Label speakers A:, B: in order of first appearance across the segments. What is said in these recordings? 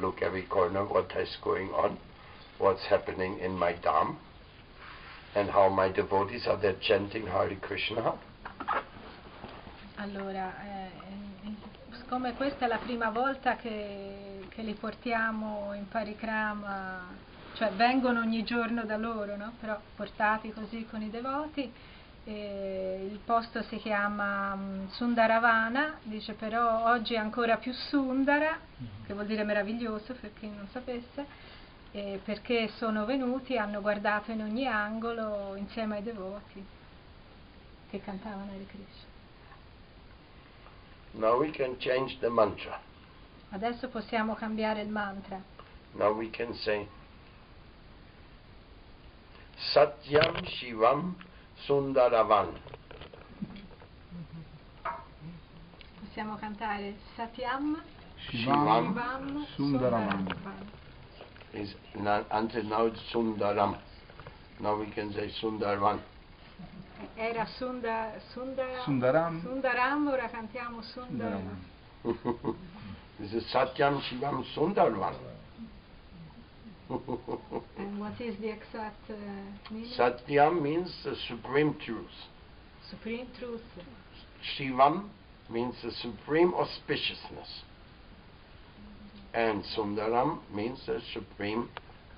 A: look every corner what is going on, what's happening in my dham, and how my devotees are there chanting Hare Krishna.
B: Allora, eh, in- siccome questa è la prima volta che, che li portiamo in parikrama, cioè vengono ogni giorno da loro, no? però portati così con i devoti, eh, il posto si chiama mm, Sundaravana, dice però oggi è ancora più Sundara, che vuol dire meraviglioso per chi non sapesse, eh, perché sono venuti, hanno guardato in ogni angolo insieme ai devoti che cantavano Hare Krishna.
A: Now we can change the mantra.
B: Adesso possiamo cambiare il mantra.
A: Now we can say Satyam Shivam Sundaravan.
B: Possiamo cantare Satyam
A: Shivam
B: Shivam
C: Sundaraman.
B: Sundaraman.
A: is na- until now it's Sundaram. Now we can say Sundarvan.
B: Eh, Era Sunda, Sunda-
C: Sundaram.
B: Sundaram, ora cantiamo Sundaram.
C: Sundaram.
A: this is Satyam Shivam Sundarvan.
B: And what is the exact uh, meaning?
A: Satyam means the supreme truth.
B: Supreme Truth.
A: Shivam means the supreme auspiciousness. And Sundaram means the supreme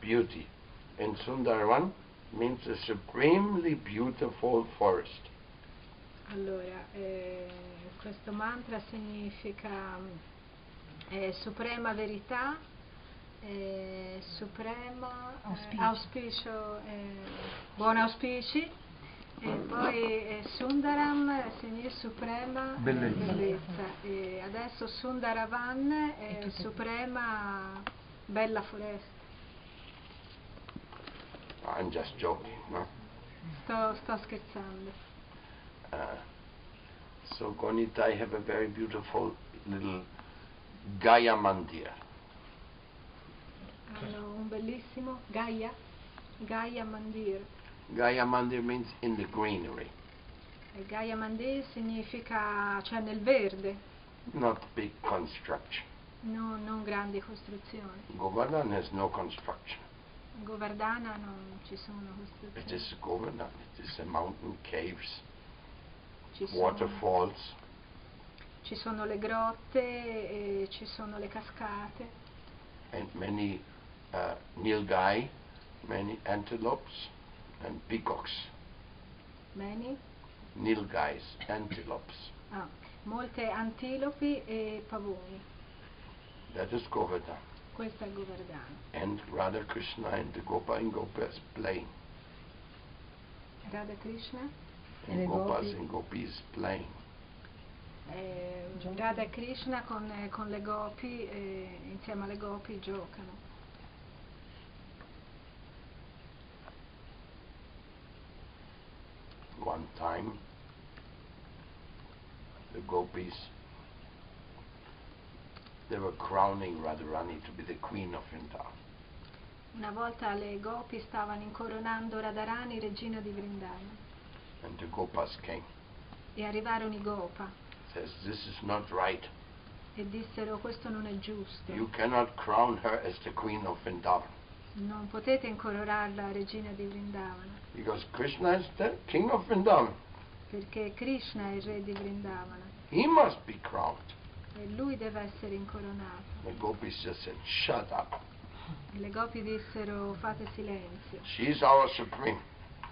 A: beauty. And Sundarvan means the supremely beautiful forest.
B: Allora, eh, questo mantra significa mm, eh, suprema verità, eh, suprema eh,
D: Auspicio.
B: auspicio, eh, buon auspici, e poi eh, Sundaram significa suprema eh,
C: Bellezza.
B: bellezza. E adesso Sundaravan è
D: tutto.
B: suprema bella foresta.
A: I'm just joking, no?
B: Sto, sto scherzando.
A: Uh, so Gonit, I have a very beautiful little Gaya Mandir.
B: Hanno un bellissimo Gaia, Gaia Mandir.
A: Gaya Mandir means in the greenery,
B: E Gaia Mandir significa, cioè nel verde,
A: not big construction.
B: no- non grandi costruzioni.
A: Govardhan has no construction.
B: A Govardhana non ci sono
A: It
B: costruzioni.
A: is Govardhan. It is a mountain, caves,
B: Ci sono,
A: waterfalls.
B: ci sono le grotte, e ci sono le cascate,
A: and many uh, nilgai, many antelopes and peacocks.
B: many,
A: Nilgais, antelopes.
B: ah, molte antilopi e pavoni.
A: That is Govardhan.
B: Questo è il Govardhana.
A: And Radha Krishna and the Gopa and Gopas playing.
B: Radha Krishna,
A: And,
D: And the
A: Gopas
D: gopi-
A: and Gopis playing.
B: eh,
D: Giocano.
B: Radha e Krishna con, eh, con le gopi, eh, insieme alle gopi giocano.
A: One time, the Gopis, they were crowning Radharani to be the queen of Vrindavan.
B: Una volta le gopi stavano incoronando Radharani, regina di Vrindana,
A: And the Gopas came.
B: e arrivarono i Gopa
A: Says, this is not right.
B: e dissero questo non è giusto,
A: You cannot crown her as the queen of Vrindavan.
B: non potete incoronarla regina di Vrindavana,
A: Because Krishna is the king of Vrindavan.
B: perché Krishna è il re di Vrindavana
A: He must be crowned.
B: e lui deve essere incoronato.
A: The Gopis just said, shut up.
B: E le gopi dissero fate silenzio,
A: She's our supreme.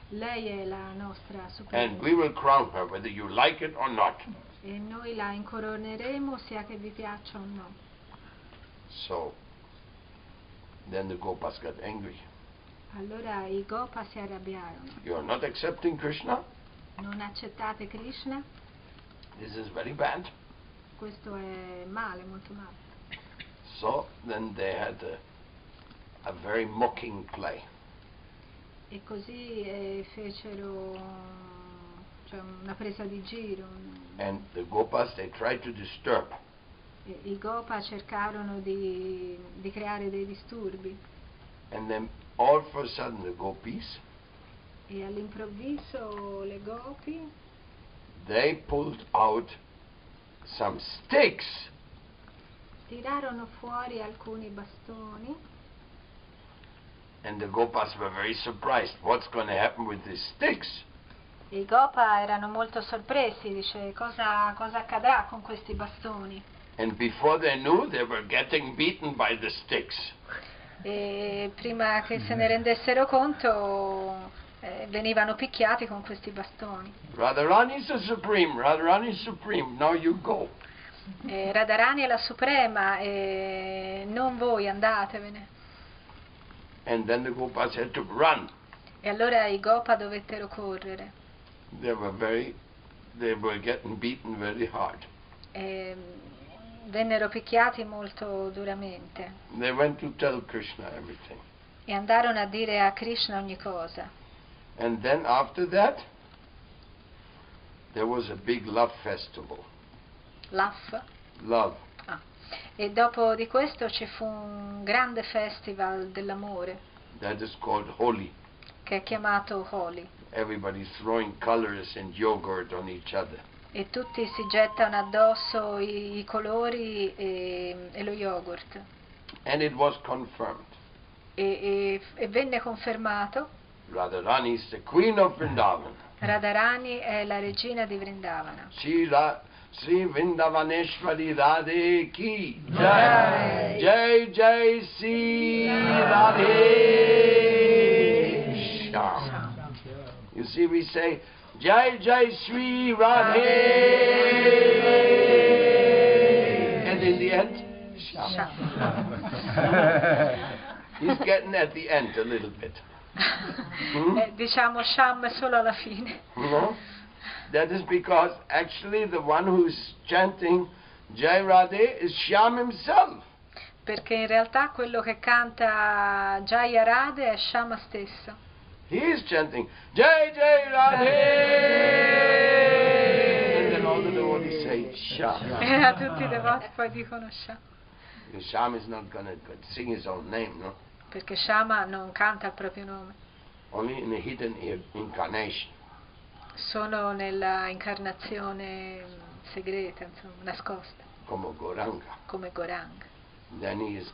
B: lei è la nostra
A: And we
B: suprema
A: will crown her whether you like it or not.
B: e noi la incoroneremo sia che vi piaccia o no.
A: So then the Gopas got angry.
B: Allora i Gopa si arrabbiarono,
A: You are not accepting Krishna?
B: non accettate Krishna?
A: This is very bad.
B: Questo è male, molto male.
A: So then they had a, a very mocking play.
B: E così eh, fecero cioè, una presa di giro. un-
A: And the Gopas, they tried to disturb.
B: e- I Gopa cercarono di, di creare dei disturbi
A: And then all of a sudden the Gopis,
B: e all'improvviso le Gopi
A: they pulled out some sticks
B: tirarono fuori alcuni bastoni
A: And the Gopas were very surprised. What's going to happen with these sticks?
B: I Gopa erano molto sorpresi, dice cosa, cosa accadrà con questi bastoni.
A: And before they knew, they were getting beaten by the sticks.
B: E prima che se ne rendessero conto eh, venivano picchiati con questi bastoni.
A: Radharani is the supreme. Radharani is supreme. Now you go.
B: Eh, Radharani è la suprema e non voi andatevene.
A: And then the Gopas had to run.
B: E allora i Gopa dovettero correre.
A: They were very, they were getting beaten very hard.
B: E mm, vennero picchiati molto duramente
A: They went to tell Krishna everything.
B: e andarono a dire a Krishna ogni cosa.
A: And then after that, there was a big love festival.
B: Laff.
A: Love.
B: E dopo di questo ci fu un grande festival dell'amore
A: That is called Holi.
B: che è chiamato Holi
A: Everybody's throwing colors and yogurt on each other.
B: e tutti si gettano addosso i, i colori e, e lo yogurt.
A: And it was confirmed.
B: E, e- e venne confermato
A: Radharani is the queen of Vrindavan.
B: Radharani è la regina di Vrindavana.
A: Sri, Ra- Sri Vrindavaneshwari Radhe Ki
B: Jai.
A: Jai Jai Sri Radhe Shyam. You see we say Jai Jai Sri Radhe And in the end Shyam. He's getting at the end a little bit. Mm.
B: Eh, diciamo Sham solo alla fine.
A: You know? That is because actually the one who's chanting Jai Radhe is Shyam himself.
B: Perché in realtà quello che canta Jaya Radhe è Shama stesso.
A: He is chanting Jai Jai Radhe. And then all the devotees say Shyam.
B: E a tutti i devoti poi dicono Sham.
A: And Shyam is not going to sing his own name, no?
B: Perché Shama non canta il proprio nome,
A: Only in a hidden i- incarnation.
B: solo nella incarnazione mh, segreta, insomma, nascosta,
A: Como Goranga.
B: come Goranga.
A: Then he is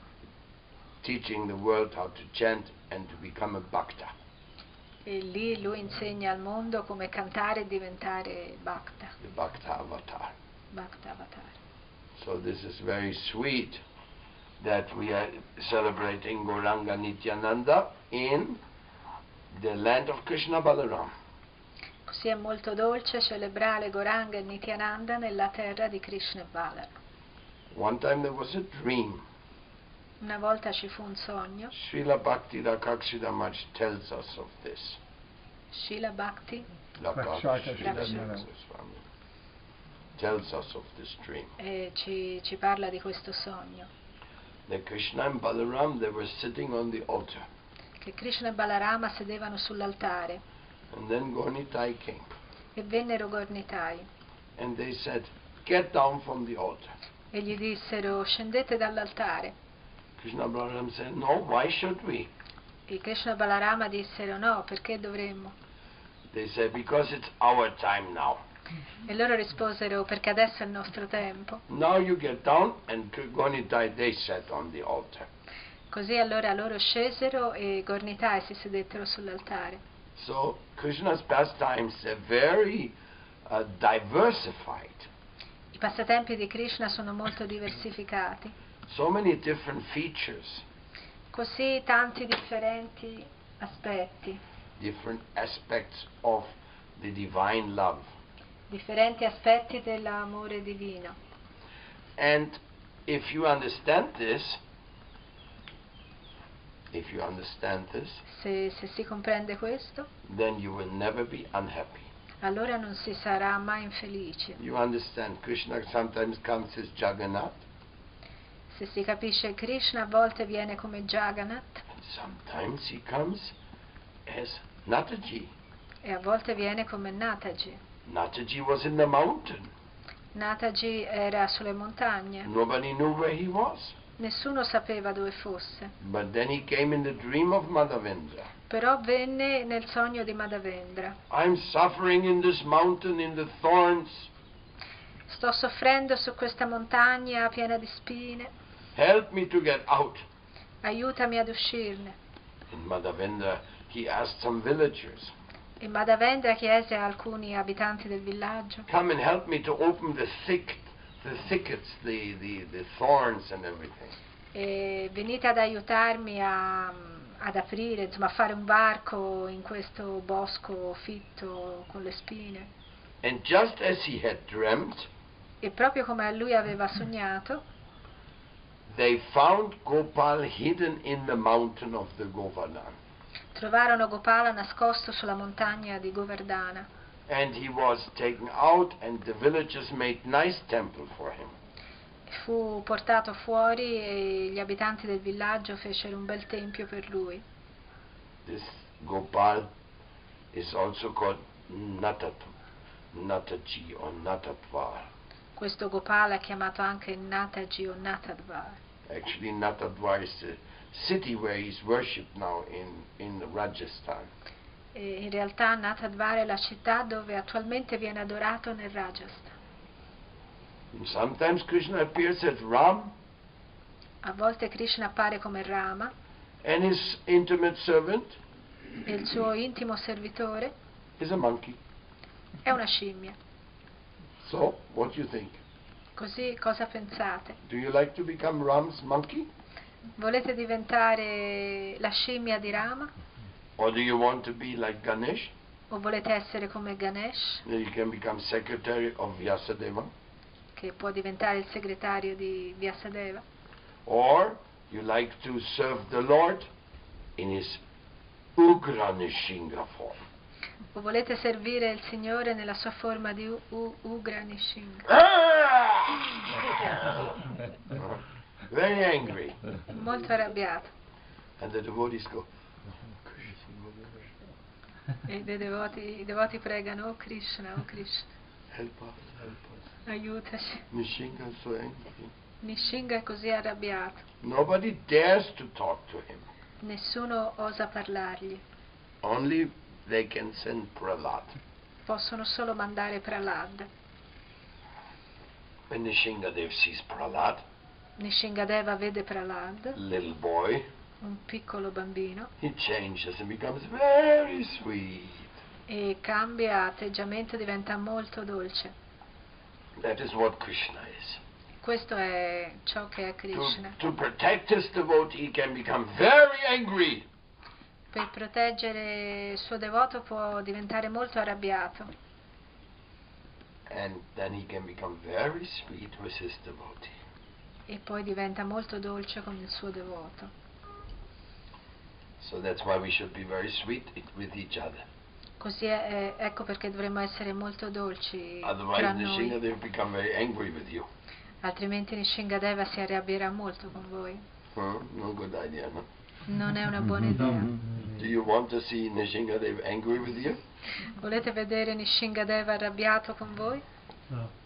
A: teaching the world how to chant and to become a bhakta.
B: E lì lui insegna al mondo come cantare e diventare Bhakta,
A: The bhakta avatar.
B: Bhakta Avatar.
A: So this is very sweet that we are celebrating Goranga Nityananda in the land of Krishna Balaram.
B: Così è molto dolce celebrare Goranga e Nityananda nella terra di Krishna e Balarama.
A: One time there was a dream.
B: Una volta ci fu un sogno,
A: Srila Bhakti Rakakshidamaj tells us of this.
B: Shila Bhakti
A: Rakakshidamaj
B: Rakshita.
A: Goswami tells us of this dream.
B: eh, ci, ci parla di questo sogno,
A: That Krishna and Balaram, they were sitting on the altar.
B: che Krishna e Balarama sedevano sull'altare
A: And then Gornitai came.
B: e vennero Gornitai
A: And they said, get down from the altar.
B: e gli dissero scendete dall'altare.
A: Krishna and Balaram said, no, why should we?
B: E Krishna e Balarama dissero no, perché dovremmo?
A: They said, because it's our time now.
B: E loro risposero perché adesso è il nostro tempo.
A: Now you get down and Gonitai, they sat on the altar.
B: Così allora loro scesero e Gornitai si sedettero sull'altare.
A: So Krishna's pastimes are very uh, diversified.
B: I passatempi di Krishna sono molto diversificati,
A: So many different features,
B: così tanti differenti aspetti,
A: different aspects of the divine love.
B: differenti aspetti dell'amore divino.
A: And if you understand this, if you understand this,
B: Se, se si comprende questo,
A: then you will never be unhappy.
B: allora non si sarà mai infelici.
A: You understand, Krishna sometimes comes as Jagannath.
B: Se si capisce Krishna a volte viene come Jagannath
A: Sometimes he comes as Nataji.
B: e a volte viene come Nataji.
A: Nataji was in the mountain.
B: Nataji era sulle montagne,
A: Nobody knew where he was.
B: nessuno sapeva dove fosse,
A: But then he came in the dream of Madhavendra.
B: però venne nel sogno di Madhavendra.
A: I'm suffering in this mountain in the thorns.
B: Sto soffrendo su questa montagna piena di spine.
A: help me to get out.
B: aiutami ad uscirne.
A: And Madhavendra, he asked some villagers,
B: E Madhavendra chiese a alcuni abitanti del villaggio,
A: come and help me to open the thick, the thickets, the, the, the thorns and everything.
B: e venite ad aiutarmi a- ad aprire, insomma a fare un varco in questo bosco fitto con le spine.
A: And just as he had dreamt,
B: E proprio come a lui aveva sognato,
A: they found Gopal hidden in the mountain of the Govardhan.
B: trovarono Gopala nascosto sulla montagna di Govardhana
A: And he was taken out and the villagers made nice temple for him.
B: Fu portato fuori e gli abitanti del villaggio fecero un bel tempio per lui.
A: This Gopal is also called Natat, Nataji or Natatvar.
B: Questo Gopala è chiamato anche Nataji o Natadvar.
A: Actually, Natadvar is the city where he's worshipped now in, in Rajasthan.
B: E in realtà Natadvar è la città dove attualmente viene adorato nel Rajasthan.
A: And sometimes Krishna appears as Ram
B: A volte Krishna appare come Rama
A: and his intimate servant
B: e il suo intimo servitore
A: is a monkey.
B: è una scimmia.
A: So, what do you think?
B: Così cosa pensate?
A: Do you like to become Ram's monkey?
B: Volete diventare la scimmia di Rama
A: Or do you want to be like Ganesh?
B: o volete essere come Ganesh
A: Then you can become secretary of Vyasadeva.
B: che può diventare il segretario di Vyasadeva?
A: Or you like to serve the Lord in his Ugra Nishinga form.
B: O volete servire il Signore nella sua forma di U- U- Ugra Nishinga?
A: Very angry.
B: Molto arrabbiato.
A: And the devotees go,
B: E dei devoti, i devoti pregano, oh Krishna, oh Krishna,
A: help us, help us.
B: aiutaci.
A: Nishinga is so angry.
B: Nishinga è così arrabbiato,
A: Nobody dares to talk to him.
B: nessuno osa parlargli.
A: Only they can send Prahlad.
B: Possono solo mandare Prahlad.
A: When Nishinga Dev sees Prahlad,
B: Nishingadeva vede Prahlad,
A: little boy,
B: un piccolo bambino,
A: he changes and becomes very sweet.
B: e cambia atteggiamento, diventa molto dolce.
A: That is what Krishna is.
B: Questo è ciò che è Krishna.
A: To, to protect his devotee, he can become very angry.
B: Per proteggere il suo devoto può diventare molto arrabbiato
A: And then he can become very sweet with his devotee.
B: e poi diventa molto dolce con il suo devoto.
A: So that's why we should be very sweet i- with each other.
B: Così è- è- ecco perché dovremmo essere molto dolci tra
A: Otherwise,
B: noi.
A: Nishinga, they'll become very angry with you.
B: altrimenti Nishingadeva si arrabbierà molto con voi.
A: Huh? No good idea, no?
B: Non è una buona idea.
A: Do you want to see Nishinga, they're angry with you?
B: Volete vedere Nishingadeva arrabbiato con voi?
A: Huh?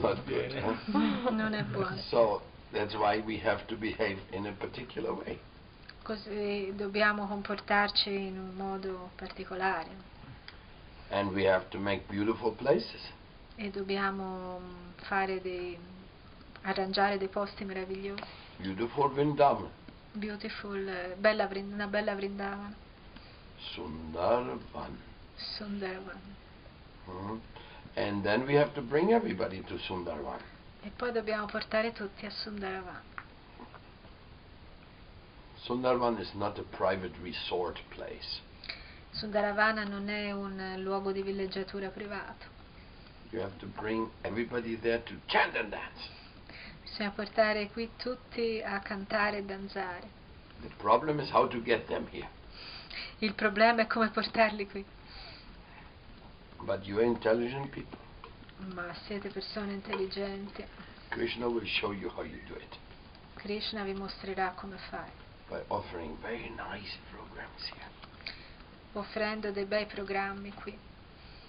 A: Not good. huh?
B: Non è buono.
A: So that's why we have to behave in a particular way.
B: Così dobbiamo comportarci in un modo particolare
A: And we have to make beautiful places.
B: e dobbiamo mm, fare dei, arrangiare dei posti meravigliosi.
A: Beautiful Vrindavan.
B: Beautiful, eh, bella Vrin- una bella Vrindavana,
A: Sundarvan.
B: Sundarvan.
A: huh? Hmm. And then we have to bring everybody to Sundarvan.
B: E poi dobbiamo portare tutti a Sundarvan.
A: Sundarvan is not a private resort place.
B: Sundaravana non è un eh, luogo di villeggiatura privato.
A: You have to bring everybody there to chant and dance.
B: Bisogna portare qui tutti a cantare e danzare.
A: The problem is how to get them here.
B: Il problema è come portarli qui.
A: But you're intelligent people.
B: Ma siete persone intelligenti.
A: Krishna will show you how you do it
B: Krishna vi mostrerà come fare,
A: by offering very nice programs here.
B: offrendo dei bei programmi qui.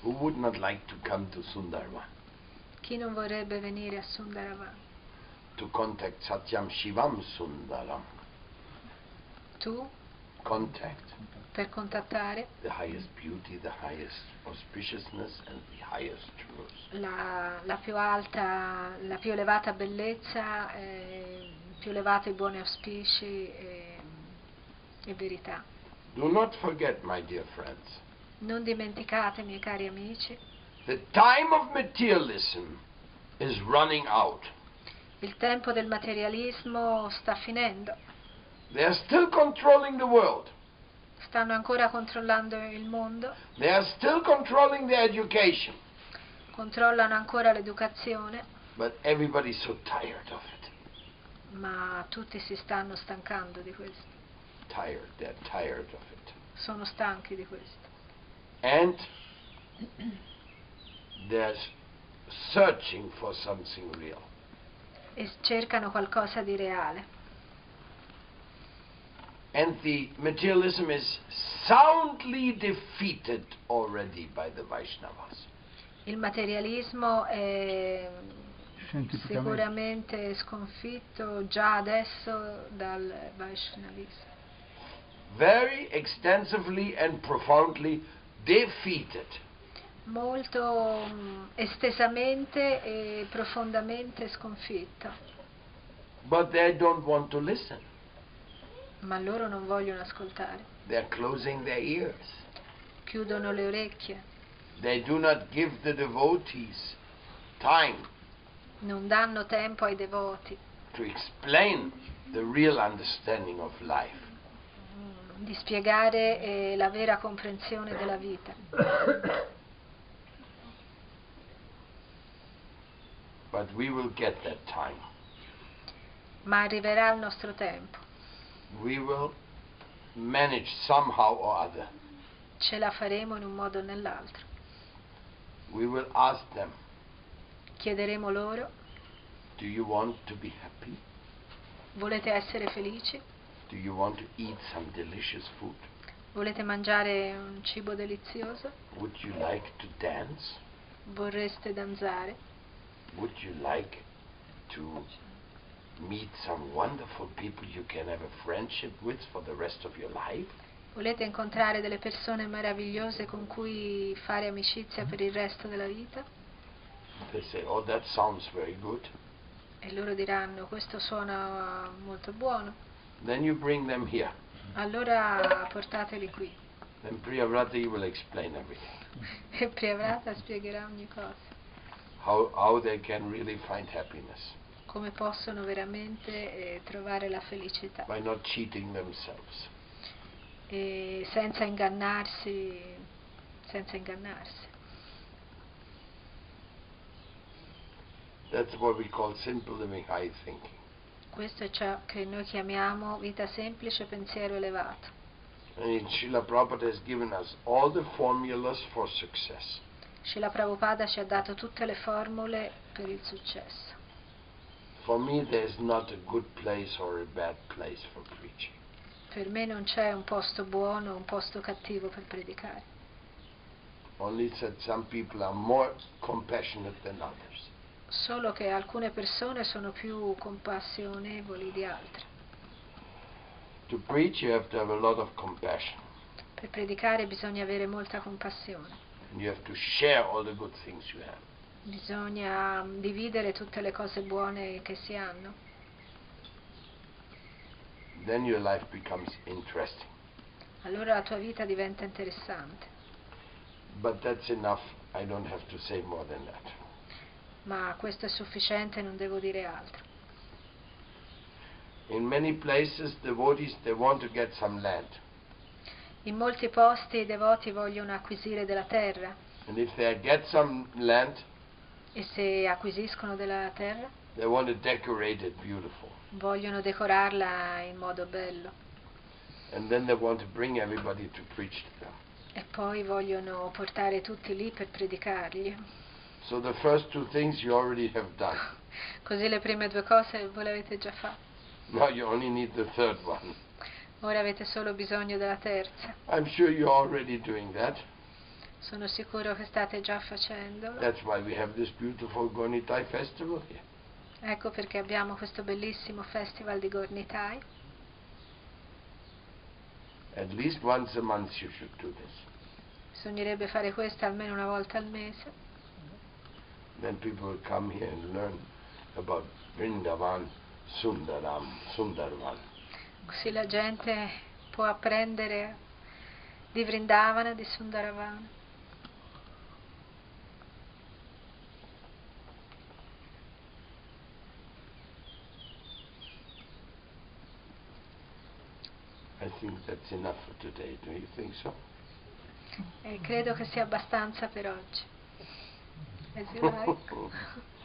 A: Who would not like to come to Sundarvan
B: Chi non vorrebbe venire a Sundaravana?
A: to contact Satyam Shivam Sundaram?
B: Tu?
A: contact
B: per contattare
A: the highest beauty, the highest auspiciousness, and the highest truth.
B: la, la più alta, la più elevata bellezza, eh, più elevati buoni auspici eh, e verità.
A: Do not forget, my dear friends,
B: Non dimenticate, miei cari amici,
A: the time of materialism is running out.
B: il tempo del materialismo sta finendo.
A: They are still controlling the world.
B: Stanno ancora controllando il mondo,
A: They are still controlling the education.
B: controllano ancora l'educazione,
A: But everybody's so tired of it.
B: ma tutti si stanno stancando di questo,
A: Tired. They're tired of it.
B: sono stanchi di questo.
A: And they're s- searching for something real.
B: e cercano qualcosa di reale.
A: And the materialism is soundly defeated already by the Vaishnavas.
B: Il materialismo è
C: Scientificamente.
B: sicuramente sconfitto già adesso dal Vaishnavismo,
A: Very extensively and profoundly defeated.
B: molto mm, estesamente e profondamente sconfitto,
A: But they don't want to listen.
B: ma loro non vogliono ascoltare,
A: They're closing their ears.
B: chiudono le orecchie,
A: They do not give the devotees time
B: non danno tempo ai devoti
A: to explain the real understanding of life.
B: mm, di spiegare eh, la vera comprensione della vita.
A: But we will get that time.
B: Ma arriverà il nostro tempo,
A: We will manage somehow or other.
B: ce la faremo in un modo o nell'altro.
A: We will ask them,
B: Chiederemo loro
A: do you want to be happy?
B: Volete essere felici?
A: Do you want to eat some delicious food?
B: Volete mangiare un cibo delizioso?
A: Would you like to dance?
B: Vorreste danzare?
A: Would you like to meet some wonderful people you can have a friendship with for the rest of your life?
B: Volete incontrare delle persone meravigliose con cui fare amicizia per il resto della vita?
A: They say, oh, that sounds very good.
B: E loro diranno questo suona molto buono.
A: Then you bring them here.
B: Allora portateli qui.
A: Then Priyavrata will explain everything.
B: E Priyavrata spiegherà ogni cosa.
A: How, how they can really find happiness
B: Come possono veramente eh, trovare la felicità.
A: by not cheating themselves.
B: E senza ingannarsi, senza ingannarsi.
A: That's what we call simple living, high thinking.
B: Questo è ciò che noi chiamiamo vita semplice, pensiero elevato.
A: And Srila Prabhupada has given us all the formulas for success.
B: Srila Prabhupada ci ha dato tutte le formule per il successo.
A: For me, there's not a good place or a bad place for preaching.
B: Per me non c'è un posto buono o un posto cattivo per predicare.
A: Only that some people are more compassionate than others.
B: Solo che alcune persone sono più compassionevoli di altre.
A: To preach, you have to have a lot of compassion.
B: Per predicare bisogna avere molta compassione.
A: And you have to share all the good things you have.
B: Bisogna mm, dividere tutte le cose buone che si hanno.
A: Then your life becomes interesting.
B: Allora la tua vita diventa interessante.
A: But that's enough. I don't have to say more than that.
B: Ma questo è sufficiente, non devo dire altro.
A: In many places, devotees they want to get some land,
B: In molti posti i devoti vogliono acquisire della terra
A: and if they get some land,
B: e se acquisiscono della terra
A: they want to decorate it beautiful,
B: vogliono decorarla in modo bello
A: and then they want to bring everybody to preach to them.
B: e poi vogliono portare tutti lì per predicargli.
A: So the first two things you already have done.
B: Così le prime due cose voi le avete già fatte,
A: Now you only need the third one.
B: ora avete solo bisogno della terza.
A: I'm sure you're already doing that.
B: Sono sicuro che state già facendolo.
A: That's why we have this beautiful Gonitai festival here.
B: Ecco perché abbiamo questo bellissimo festival di Gornitai.
A: At least once a month you should do this.
B: Bisognerebbe fare questo almeno una volta al mese,
A: Then people will come here and learn about Vrindavan, Sundaram, Sundarvan.
B: così la gente può apprendere di Vrindavana, di Sundaravana.
A: I think that's enough for today. Do you think so?
B: E credo che sia abbastanza per oggi. As you like.